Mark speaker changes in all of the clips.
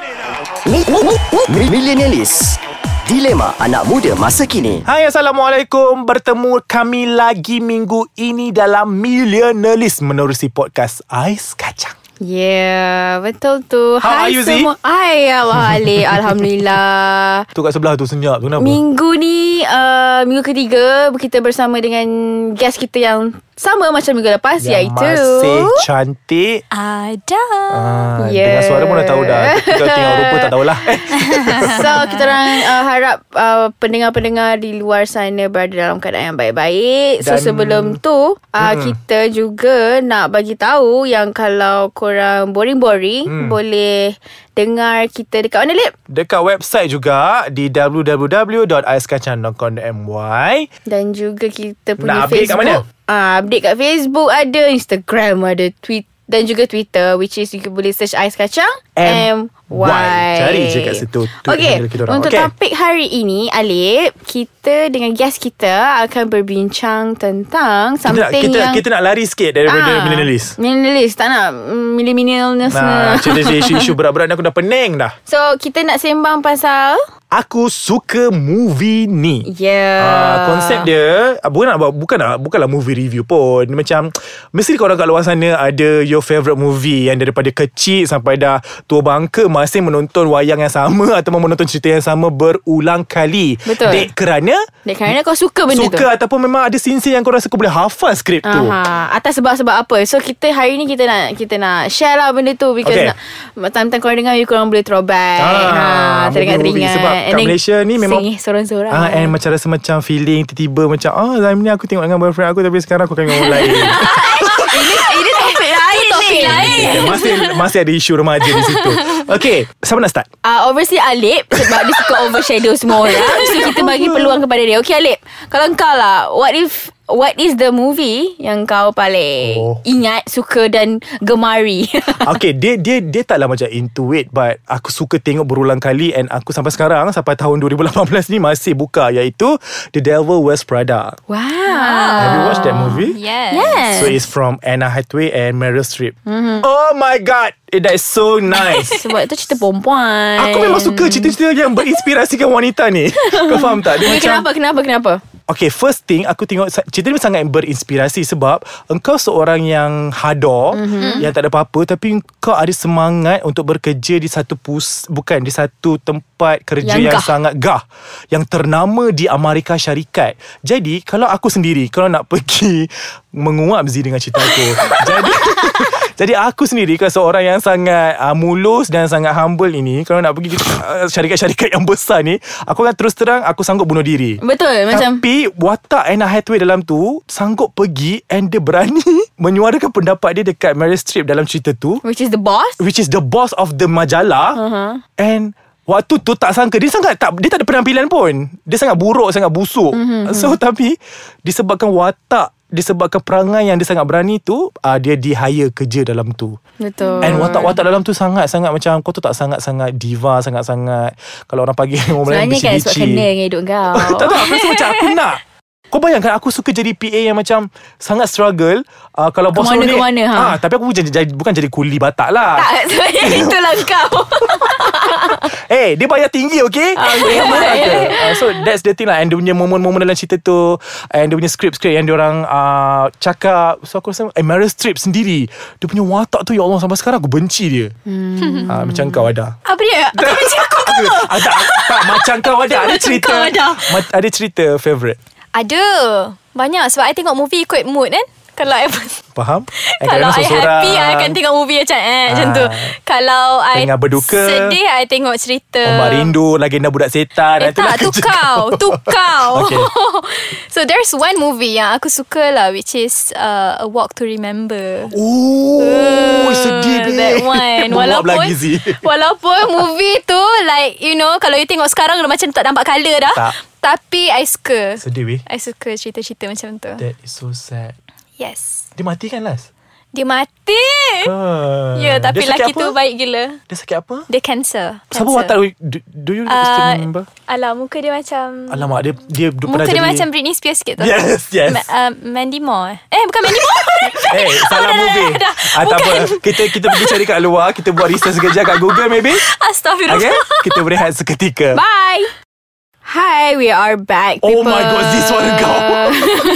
Speaker 1: Mi- mi- mi- mi- Millenialis Dilema anak muda masa kini
Speaker 2: Hai Assalamualaikum Bertemu kami lagi minggu ini dalam Millionaires Menerusi podcast Ais Kacang
Speaker 3: Yeah, betul tu.
Speaker 2: How are you, Zee?
Speaker 3: Hai, Allah Ali. Alhamdulillah.
Speaker 2: Tu kat sebelah tu senyap tu kenapa?
Speaker 3: Minggu ni, uh, minggu ketiga, kita bersama dengan guest kita yang sama macam minggu lepas,
Speaker 2: Yang
Speaker 3: iaitu...
Speaker 2: masih cantik
Speaker 4: Ada.
Speaker 2: ah,
Speaker 3: Yeah.
Speaker 2: Dengar suara pun dah tahu dah Kita tengok rupa tak tahulah Eh,
Speaker 3: So kita orang uh, harap uh, pendengar-pendengar di luar sana berada dalam keadaan yang baik-baik. So
Speaker 2: Dan-
Speaker 3: sebelum tu uh, kita juga nak bagi tahu yang kalau korang boring-boring
Speaker 2: Mm.
Speaker 3: boleh dengar kita dekat mana Lip?
Speaker 2: Dekat website juga Di www.aiskacang.com.my
Speaker 3: Dan juga kita
Speaker 2: Nak
Speaker 3: punya
Speaker 2: update kat mana?
Speaker 3: Facebook. Ah, update kat Facebook ada, Instagram ada, tweet dan juga Twitter which is you boleh search Ais Kacang
Speaker 2: M-
Speaker 3: M
Speaker 2: Y.
Speaker 3: Y.
Speaker 2: Cari je kat situ. Tu
Speaker 3: Okey,
Speaker 2: handle kita orang.
Speaker 3: untuk
Speaker 2: Okey.
Speaker 3: okay. topik hari ini Alip, kita dengan guest kita akan berbincang tentang
Speaker 2: kita, nak,
Speaker 3: something
Speaker 2: kita,
Speaker 3: yang
Speaker 2: kita nak lari sikit Daripada ah. Millionaires
Speaker 3: Millennialist tak nak mm, Millennialness
Speaker 2: Nah,
Speaker 3: nah,
Speaker 2: cerita isu-isu berat-berat ni aku dah pening dah.
Speaker 3: So kita nak sembang pasal ya.
Speaker 2: Aku suka movie ni.
Speaker 3: Yeah
Speaker 2: Uh, konsep dia ah, bukan nak buat- bukan nak bukanlah movie review pun Dia macam mesti korang kat luar sana ada your favourite movie yang daripada kecil sampai dah tua bangka masih menonton wayang yang sama atau menonton cerita yang sama berulang kali.
Speaker 3: Betul.
Speaker 2: Dek kerana
Speaker 3: Dia kerana kau suka benda tu
Speaker 2: suka ataupun memang ada scene-scene yang korang rasa kau boleh hafal skrip tu.
Speaker 3: Aha, atas sebab-sebab apa. So kita hari ni kita nak kita nak share lah benda tu because
Speaker 2: Okay.
Speaker 3: okay. nak time-time korang dengar you korang boleh throwback.
Speaker 2: Ah,
Speaker 3: ha, teringat-teringat.
Speaker 2: movie-movie. Sebab kat
Speaker 3: then
Speaker 2: Malaysia ni memang-
Speaker 3: singih sorang-sorang.
Speaker 2: Ah, and macam rasa macam feeling tiba-tiba macam ah time ni aku tengok dengan boyfriend aku tapi sekarang aku tengok orang lain.
Speaker 3: eh, dia topik lain. topik lain.
Speaker 2: Ya, masih masih ada isu remaja di situ. Okay, siapa nak start?
Speaker 3: Uh, obviously Alip sebab dia suka overshadow semua orang. So kita bagi peluang kepada dia. Okay Alip, kalau kau lah what if What is the movie yang kau paling
Speaker 2: Oh.
Speaker 3: oh. ingat, suka dan gemari?
Speaker 2: Okay, dia dia dia taklah macam into it but aku suka tengok berulang kali and aku sampai sekarang sampai tahun 2018 ni masih buka iaitu The Devil Wears Prada.
Speaker 3: wow.
Speaker 2: Have you watched that movie?
Speaker 4: Yes.
Speaker 3: Yes.
Speaker 2: So it's from Anna Hathaway and Meryl Streep. Mm-hmm. Oh my god, eh, that is so nice.
Speaker 3: Sebab tu cerita perempuan.
Speaker 2: Aku memang suka cerita-cerita yang berinspirasikan wanita ni. Kau faham tak? Dia macam
Speaker 3: Okay, Eh, kenapa, kenapa, kenapa?
Speaker 2: Okay first thing Aku tengok sa- Cerita ni sangat berinspirasi Sebab Engkau seorang yang Hadar mm-hmm. Yang tak ada apa-apa Tapi engkau ada semangat Untuk bekerja di satu pus Bukan Di satu tempat Kerja yang,
Speaker 3: Yang
Speaker 2: yang
Speaker 3: gah.
Speaker 2: sangat gah Yang ternama di Amerika Syarikat Jadi Kalau aku sendiri Kalau nak pergi Menguap Zee dengan cerita aku Jadi Jadi aku sendiri Kalau seorang yang sangat uh, Mulus Dan sangat humble ini Kalau nak pergi uh, Syarikat-syarikat yang besar ni Aku akan terus terang Aku sanggup bunuh diri
Speaker 3: Betul macam
Speaker 2: tapi watak Anna Hathaway dalam tu Sanggup pergi And dia berani Menyuarakan pendapat dia Dekat Meryl Streep Dalam cerita tu
Speaker 3: Which is the boss
Speaker 2: Which is the boss of the majalah uh-huh. And Waktu tu tak sangka Dia sangat tak Dia tak ada penampilan pun Dia sangat buruk Sangat busuk mm-hmm. So tapi Disebabkan watak Disebabkan perangai Yang dia sangat berani tu uh, Dia di hire kerja dalam tu
Speaker 3: Betul
Speaker 2: And watak-watak dalam tu Sangat-sangat macam Kau tu tak sangat-sangat Diva Sangat-sangat Kalau orang panggil Orang lain
Speaker 3: Sebenarnya kan sebab
Speaker 2: bici-bici
Speaker 3: kena dengan hidup kau
Speaker 2: tak tahu aku rasa macam aku nak kau bayangkan aku suka jadi PA yang macam sangat struggle uh, kalau bos
Speaker 3: mana,
Speaker 2: suruh ni
Speaker 3: ke mana, ha?
Speaker 2: Ah, tapi aku bukan jadi, jadi- bukan jadi kuli batak lah.
Speaker 3: Tak sebenarnya itulah kau
Speaker 2: Eh, hey, dia bayar tinggi okay?
Speaker 3: Okay.
Speaker 2: uh, so that's the thing lah And dia punya momen-momen dalam cerita tu And dia punya script-script Yang diorang uh, cakap So aku rasa eh, Meryl Streep sendiri Dia punya watak tu Ya Allah sampai sekarang aku benci dia hmm. uh, Macam kau ada
Speaker 4: Ah,
Speaker 3: Apa dia? Kau macam aku
Speaker 2: ah, tak, tak, macam kau ada Ada
Speaker 3: Macam
Speaker 2: cerita
Speaker 3: kau ada.
Speaker 2: ma- Ada cerita favourite
Speaker 4: Ada. Banyak sebab I tengok movie ikut mood kan. Kalau I
Speaker 2: Faham? And kadang-kadang
Speaker 4: kalau I
Speaker 2: sorang-sorang.
Speaker 4: happy I akan tengok movie macam eh macam tu.
Speaker 2: Ah.
Speaker 4: Kalau I
Speaker 2: Tengah berduka. Oh,
Speaker 4: sedih I tengok cerita
Speaker 2: Ombak rindu Legenda budak setan
Speaker 4: Eh
Speaker 2: Itu
Speaker 4: tak,
Speaker 2: lah
Speaker 4: tu
Speaker 2: kerja
Speaker 4: kau Tu kau
Speaker 2: Okay.
Speaker 4: So there's one movie Yang aku suka lah Which is uh, A Walk to Remember
Speaker 2: Oh Sedih babe
Speaker 4: Uh, That
Speaker 2: Menguap
Speaker 4: one Walaupun
Speaker 2: lagi Zee
Speaker 4: Walaupun movie tu Like you know Kalau you tengok sekarang Macam tak nampak colour dah
Speaker 2: Tak.
Speaker 4: Tapi I suka
Speaker 2: Sedih weh
Speaker 4: I suka cerita-cerita macam tu
Speaker 2: That is so sad
Speaker 4: Yes
Speaker 2: Dia mati kan last
Speaker 4: Dia mati.
Speaker 2: Ah.
Speaker 4: Ya, tapi
Speaker 2: Dia sakit
Speaker 4: lelaki
Speaker 2: apa?
Speaker 4: tu baik gila.
Speaker 2: Dia sakit apa?
Speaker 4: Dia cancer.
Speaker 2: Siapa watak do, do you still
Speaker 4: Uh,
Speaker 2: remember?
Speaker 4: alah, muka dia macam...
Speaker 2: Alamak dia dia du-
Speaker 4: muka
Speaker 2: pernah
Speaker 4: dia
Speaker 2: jadi
Speaker 4: macam Britney Spears sikit tu.
Speaker 2: Yes, yes.
Speaker 4: Ma- uh, Mandy Moore. Eh, bukan Mandy Moore.
Speaker 2: Eh, salah
Speaker 4: dah, dah,
Speaker 2: movie.
Speaker 4: dah, dah.
Speaker 2: Ah, tak apa.
Speaker 4: Bukan.
Speaker 2: Kita kita pergi cari kat luar, kita buat research sekejap kat Google maybe.
Speaker 4: Astaghfirullah.
Speaker 2: Okay? Kita berehat seketika.
Speaker 3: Bye. Hi, we are back.
Speaker 2: Oh
Speaker 3: People.
Speaker 2: my god, this suara kau.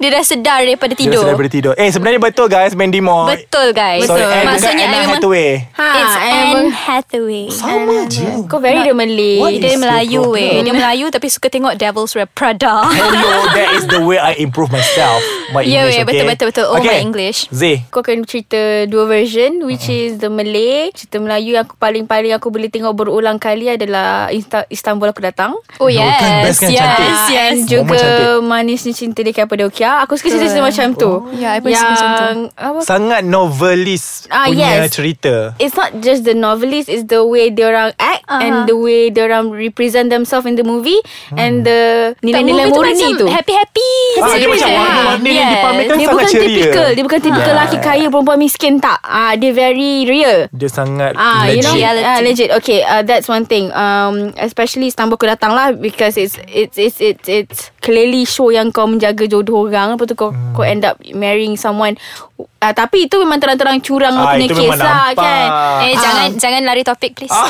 Speaker 4: Dia dah sedar daripada
Speaker 2: Dia
Speaker 4: tidur.
Speaker 2: selebriti tidur. Eh, sebenarnya betul guys, Mandy Moore.
Speaker 4: Betul guys.
Speaker 2: Sorry, Anne,
Speaker 4: Maksudnya
Speaker 2: bukan Anna
Speaker 4: I memang
Speaker 2: Hathaway.
Speaker 3: Ha,
Speaker 4: It's Anne
Speaker 3: Anne.
Speaker 4: Hathaway.
Speaker 2: Sama je.
Speaker 3: Kau very the Malay.
Speaker 2: What
Speaker 4: Dia
Speaker 2: is
Speaker 4: Melayu
Speaker 2: the
Speaker 4: weh.
Speaker 2: problem?
Speaker 4: Dia Melayu tapi suka tengok Devil's Wear Prada.
Speaker 2: Hello, that is the way I improve myself. My
Speaker 4: Yeah,
Speaker 2: English, okay?
Speaker 4: yeah, betul, betul, betul. Oh, my
Speaker 2: okay.
Speaker 4: English.
Speaker 2: Zee,
Speaker 3: Aku akan cerita dua version Which is the Malay Cerita Melayu yang aku paling-paling Aku boleh tengok berulang kali Adalah Insta- Istanbul Aku Datang
Speaker 4: Oh
Speaker 2: No,
Speaker 4: yes.
Speaker 2: kan best kan,
Speaker 4: yes,
Speaker 2: cantik.
Speaker 4: yes, yes.
Speaker 3: And
Speaker 2: Momen
Speaker 3: juga
Speaker 2: cantik.
Speaker 3: Manisnya Cinta Dia Kepada Okia Aku suka cerita-cerita
Speaker 4: Betul.
Speaker 3: macam tu
Speaker 4: Ya, I pun suka macam tu.
Speaker 3: apa,
Speaker 2: sangat novelis
Speaker 3: Ah,
Speaker 2: punya
Speaker 3: yes.
Speaker 2: cerita.
Speaker 3: It's not just the novelist It's the way they orang act
Speaker 4: Aha.
Speaker 3: And the way they orang represent themselves In the movie And the Nilai-nilai murni tu
Speaker 4: Happy-happy.
Speaker 2: Hmm. Ah, dia macam warna-warna yang dipamerkan
Speaker 3: Dia
Speaker 2: sangat
Speaker 3: bukan
Speaker 2: ceria. Ah.
Speaker 3: typical Dia bukan typical lelaki kaya Perempuan miskin tak ah, Dia very real
Speaker 2: Dia sangat
Speaker 3: Ah,
Speaker 2: legit.
Speaker 3: you know,
Speaker 4: Legit.
Speaker 3: ah, legit. Okay, uh, that's one thing. Um, especially Istanbul aku datang lah because it's it's it's it's it's clearly show yang kau menjaga jodoh orang, lepas tu kau hmm. kau end up marrying someone. Uh, tapi itu memang terang-terang curang
Speaker 2: Ah,
Speaker 3: ah, punya
Speaker 2: itu
Speaker 3: kes
Speaker 2: memang
Speaker 3: lah
Speaker 2: nampak.
Speaker 3: kan. Ah.
Speaker 4: Eh jangan jangan lari topik please.
Speaker 2: Ah.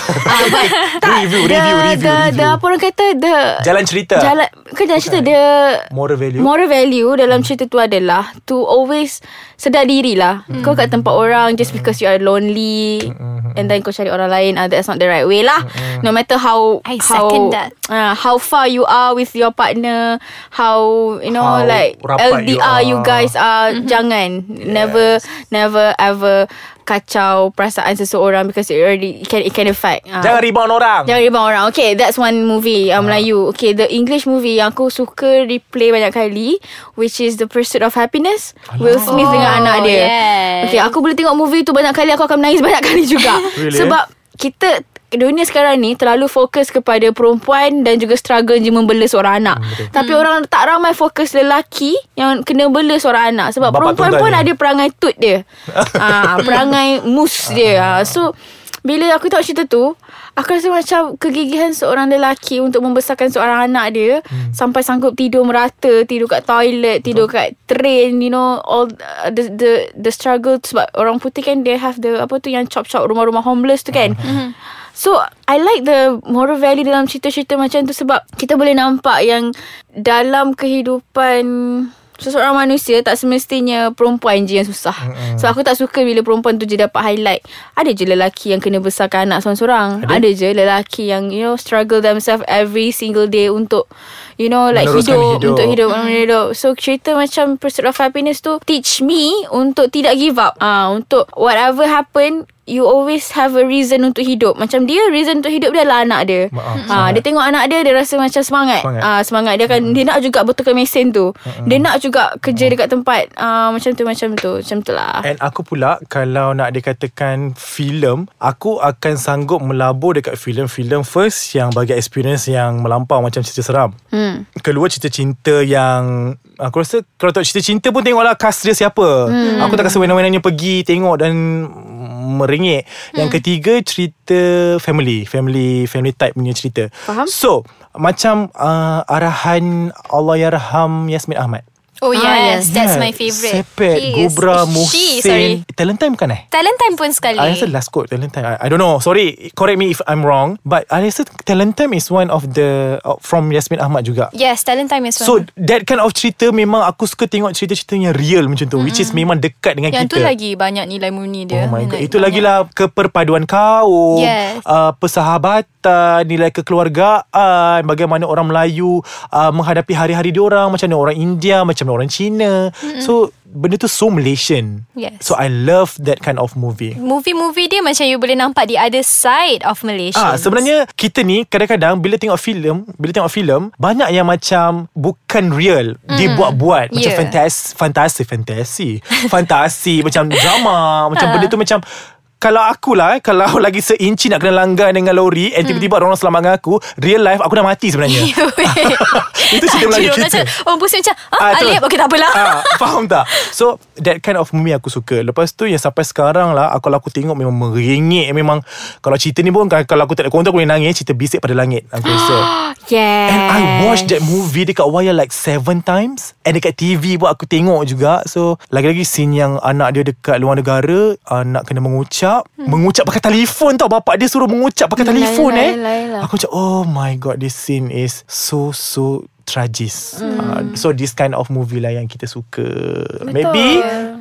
Speaker 2: review,
Speaker 3: the,
Speaker 2: review, review,
Speaker 3: the,
Speaker 2: review.
Speaker 3: the apa orang kata the
Speaker 2: Jalan cerita.
Speaker 3: Jalan Kan jalan cerita Dia
Speaker 2: Moral value. Hmm.
Speaker 3: Moral value Dalam cerita tu adalah To always Sedar diri lah
Speaker 2: Hmm.
Speaker 3: Kau kat tempat orang Just because you are lonely And then kau cari orang lain ah, That's not the right way lah
Speaker 2: Hmm.
Speaker 3: No matter how
Speaker 4: I
Speaker 3: how,
Speaker 4: second that.
Speaker 3: ah, How far you are With your partner How You know
Speaker 2: How
Speaker 3: Like
Speaker 2: rapat you
Speaker 3: LDR you,
Speaker 2: are.
Speaker 3: guys are
Speaker 4: Mm-hmm.
Speaker 3: Jangan Never Never ever Kacau Perasaan seseorang Because it already It can, it can affect Ah.
Speaker 2: Jangan rebound orang.
Speaker 3: Jangan rebound orang Okay that's one movie uh, Melayu Okay the English movie Yang aku suka replay banyak kali Which is The Pursuit of Happiness Will Smith
Speaker 4: Oh,
Speaker 3: dengan anak dia
Speaker 4: yes.
Speaker 3: Okay aku boleh tengok movie tu banyak kali Aku akan menangis banyak kali juga
Speaker 2: Really,
Speaker 3: Sebab kita Dunia sekarang ni Terlalu fokus kepada perempuan Dan juga struggle je Membela seorang
Speaker 4: Hmm,
Speaker 3: anak Tapi orang tak ramai fokus lelaki Yang kena bela seorang anak Sebab
Speaker 2: Bapak
Speaker 3: perempuan
Speaker 2: tunggal
Speaker 3: pun
Speaker 2: ni.
Speaker 3: ada perangai tut dia ah, Perangai mus dia ah. So bila aku tengok cerita tu Aku rasa macam kegigihan seorang lelaki Untuk membesarkan seorang anak dia hmm. Sampai sanggup tidur merata Tidur kat toilet Tidur kat train You know All uh, the, the the struggle Sebab orang putih kan They have the Apa tu yang chop-chop Rumah-rumah homeless tu kan hmm. So I like the moral value Dalam cerita-cerita macam tu Sebab kita boleh nampak yang Dalam kehidupan seseorang manusia tak semestinya perempuan je yang susah. Mm-hmm. So aku tak suka bila perempuan tu je dapat highlight. Ada je lelaki yang kena besarkan anak seorang-seorang. Ada, Ada je lelaki yang you know struggle themselves every single day untuk you know like
Speaker 2: Meneruskan
Speaker 3: hidup,
Speaker 2: hidup.
Speaker 3: untuk hidup
Speaker 2: Hmm.
Speaker 3: mm-hmm. hidup. So cerita macam Pursuit of Happiness tu teach me untuk tidak give up. Ah uh, untuk whatever happen You always have a reason untuk hidup Macam dia Reason untuk hidup dia adalah anak dia
Speaker 2: Maaf,
Speaker 3: ha, Dia tengok anak dia Dia rasa macam semangat
Speaker 2: Semangat. Hmm.
Speaker 3: Ah, Ah, semangat dia kan mm. dia nak juga betulkan mesin tu. Mm-mm. Dia nak juga kerja dekat tempat ah, macam tu macam tu. Macam tu lah.
Speaker 2: And aku pula Kalau nak dikatakan filem Aku akan sanggup melabur Dekat filem-filem first Yang bagi experience Yang melampau Macam cerita seram hmm. Keluar cerita cinta yang Aku rasa Kalau tak cerita cinta pun Tengoklah cast dia siapa hmm. Aku tak rasa wena-wenanya pergi Tengok dan Merengek Yang ketiga Cerita family Family Family type punya cerita
Speaker 3: Faham.
Speaker 2: So Macam uh, Arahan Allah Yarham Yasmin Ahmad
Speaker 4: Oh yes,
Speaker 3: Ah, yes.
Speaker 4: that's
Speaker 2: Yeah.
Speaker 4: my favorite.
Speaker 2: Ya, Sepet
Speaker 4: He is-
Speaker 2: Gubra
Speaker 4: She,
Speaker 2: Muhsin Ah,
Speaker 4: sorry.
Speaker 2: Talent time bukan eh
Speaker 4: Talent time pun sekali.
Speaker 2: I rasa last quote Talent Time I, I don't know Sorry Correct me if I'm wrong But I rasa Talent Time is one of the uh, From Yasmin Ahmad juga
Speaker 4: Yes, talent time as
Speaker 2: So
Speaker 4: well.
Speaker 2: that kind of cerita Memang aku suka tengok Cerita-cerita yang real macam tu mm-hmm. Which is memang dekat dengan
Speaker 4: yang
Speaker 2: kita
Speaker 4: tu lagi banyak nilai murni dia.
Speaker 2: Oh my god
Speaker 4: Like,
Speaker 2: Itu
Speaker 4: banyak.
Speaker 2: lagilah Keperpaduan kaum
Speaker 4: Yes.
Speaker 2: uh, Persahabatan Nilai kekeluargaan Bagaimana orang Melayu uh, Menghadapi hari-hari diorang Macam mana orang India Macam mana orang Cina mm-hmm. So benda tu so Malaysian
Speaker 4: Yes.
Speaker 2: So I love that kind of movie
Speaker 4: Movie-movie dia macam you boleh nampak the other side of Malaysia.
Speaker 2: Ah sebenarnya kita ni kadang-kadang bila tengok filem, bila tengok filem banyak yang macam bukan real, mm. dia buat-buat macam
Speaker 4: Hmm. Yeah. Ha.
Speaker 2: fantas fantasi fantasi. Fantasi macam drama, macam benda tu macam Kalau akulah eh, Kalau lagi seinci nak kena langgar dengan lori And
Speaker 4: Hmm.
Speaker 2: tiba-tiba ada orang selamat dengan aku Real life aku dah mati sebenarnya Itu cerita Melayu
Speaker 4: Jerome
Speaker 2: kita.
Speaker 4: macam, Orang pusing macam ah,
Speaker 2: Ah, tu.
Speaker 4: Alip Okay tak apalah
Speaker 2: Ah, faham tak? So that kind of movie aku suka. Lepas tu yang sampai sekarang lah aku kalau aku tengok memang merengek memang kalau cerita ni pun kalau- kalau aku tak ada kontrol aku boleh nangis cerita bisik pada langit aku rasa.
Speaker 3: Yes.
Speaker 2: And I watched that movie dekat wire like seven times and dekat TV pun aku tengok juga. So lagi-lagi scene yang anak dia dekat luar negara anak kena mengucap hmm. mengucap pakai telefon tau bapak dia suruh mengucap pakai
Speaker 3: Yelah,
Speaker 2: telefon
Speaker 3: yelah,
Speaker 2: eh.
Speaker 3: yelah, yelah.
Speaker 2: Aku macam oh my god this scene is so so tragis. Mm. Uh, so this kind of movie lah yang kita suka. Betul. Maybe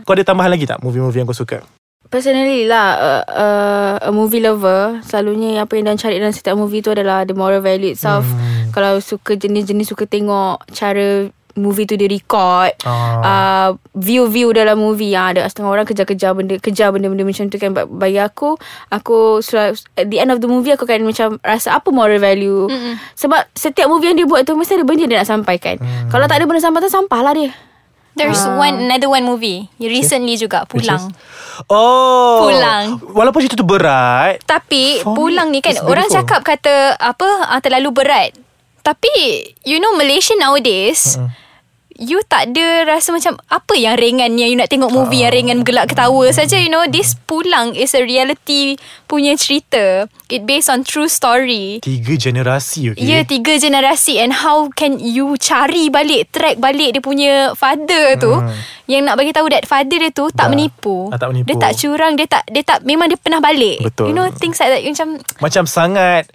Speaker 2: kau ada tambahan lagi tak movie-movie yang kau suka?
Speaker 3: Personally lah uh, uh, A movie lover Selalunya apa yang dan cari dalam setiap movie tu adalah The moral value itself hmm. Kalau suka jenis-jenis suka tengok Cara movie tu dia record
Speaker 2: Ah.
Speaker 3: uh, View-view dalam movie yang ada Setengah orang kejar-kejar benda Kejar benda-benda macam tu kan But bagi aku Aku selalu, At the end of the movie Aku akan macam Rasa apa moral value Mm-mm. Sebab setiap movie yang dia buat tu Mesti ada benda dia nak sampaikan mm. Kalau tak ada benda sampaikan Sampahlah dia
Speaker 4: There's
Speaker 2: Ah.
Speaker 4: one Another one movie Recently juga Pulang
Speaker 2: Oh.
Speaker 4: Pulang.
Speaker 2: Walaupun cerita tu berat,
Speaker 4: Tapi
Speaker 2: For me,
Speaker 4: pulang ni kan
Speaker 2: it's
Speaker 4: Orang
Speaker 2: beautiful.
Speaker 4: cakap kata Apa ah, Terlalu berat Tapi You know Malaysia nowadays uh-uh. You tak ada rasa macam Apa yang ringan Yang you nak tengok movie
Speaker 2: Ah.
Speaker 4: uh, Yang ringan gelak ketawa saja You know This pulang is a reality Punya cerita It based on true story
Speaker 2: tiga generasi okay.
Speaker 4: Ya tiga generasi And how can you Cari balik Track balik Dia punya father tu
Speaker 2: Hmm.
Speaker 4: Yang nak bagi tahu That father dia tu Tak
Speaker 2: Dah.
Speaker 4: menipu
Speaker 2: Ah, tak menipu.
Speaker 4: Dia tak curang Dia tak dia tak Memang dia pernah balik
Speaker 2: Betul.
Speaker 4: You know things like that You Macam
Speaker 2: Macam sangat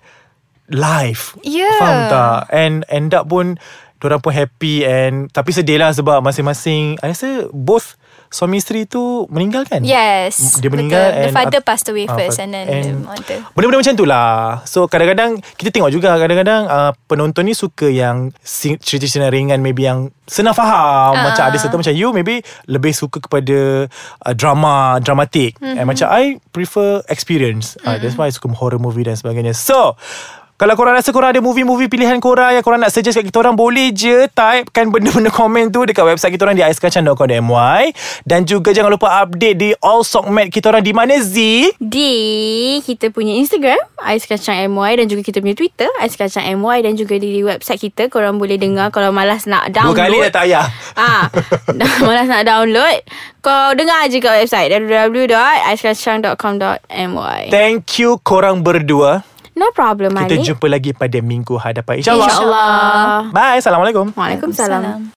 Speaker 2: live.
Speaker 4: Yeah.
Speaker 2: Faham tak? And end up pun Diorang pun happy and Tapi sedih lah sebab masing-masing I rasa both suami isteri tu meninggal kan?
Speaker 4: Yes
Speaker 2: Dia meninggal
Speaker 4: betul. The
Speaker 2: and-
Speaker 4: father passed away
Speaker 2: Ah,
Speaker 4: first
Speaker 2: fa-
Speaker 4: And then
Speaker 2: and-
Speaker 4: the mother
Speaker 2: Benda-benda macam tu lah So kadang-kadang Kita tengok juga Kadang-kadang uh, Penonton ni suka yang sing- Cerita-cerita ringan Maybe yang Senang faham
Speaker 4: Ah.
Speaker 2: uh. Macam ada serta macam You maybe Lebih suka kepada uh, Drama Dramatik
Speaker 4: Mhm.
Speaker 2: mm-hmm. And macam I prefer experience mm-hmm. uh, That's why I suka horror movie dan sebagainya So kalau korang rasa korang ada movie-movie pilihan korang yang korang nak suggest kat kita orang boleh je typekan benda-benda komen tu dekat website kita orang di aiskacang.com.my dan juga jangan lupa update di all sokmat kita orang di mana Z
Speaker 3: di kita punya Instagram Ais Kacang MY dan juga kita punya Twitter Ais Kacang MY dan juga di website kita korang boleh dengar kalau malas nak
Speaker 2: Dua
Speaker 3: download.
Speaker 2: kali dah tak payah
Speaker 3: Ah, dah malas nak download, kau dengar je kat website www.aiskacang.com.my.
Speaker 2: Thank you korang berdua
Speaker 3: No problem,
Speaker 2: Kita
Speaker 3: Malik.
Speaker 2: jumpa lagi pada minggu hadapan InsyaAllah
Speaker 3: InsyaAllah.
Speaker 2: Bye Assalamualaikum
Speaker 3: Waalaikumsalam.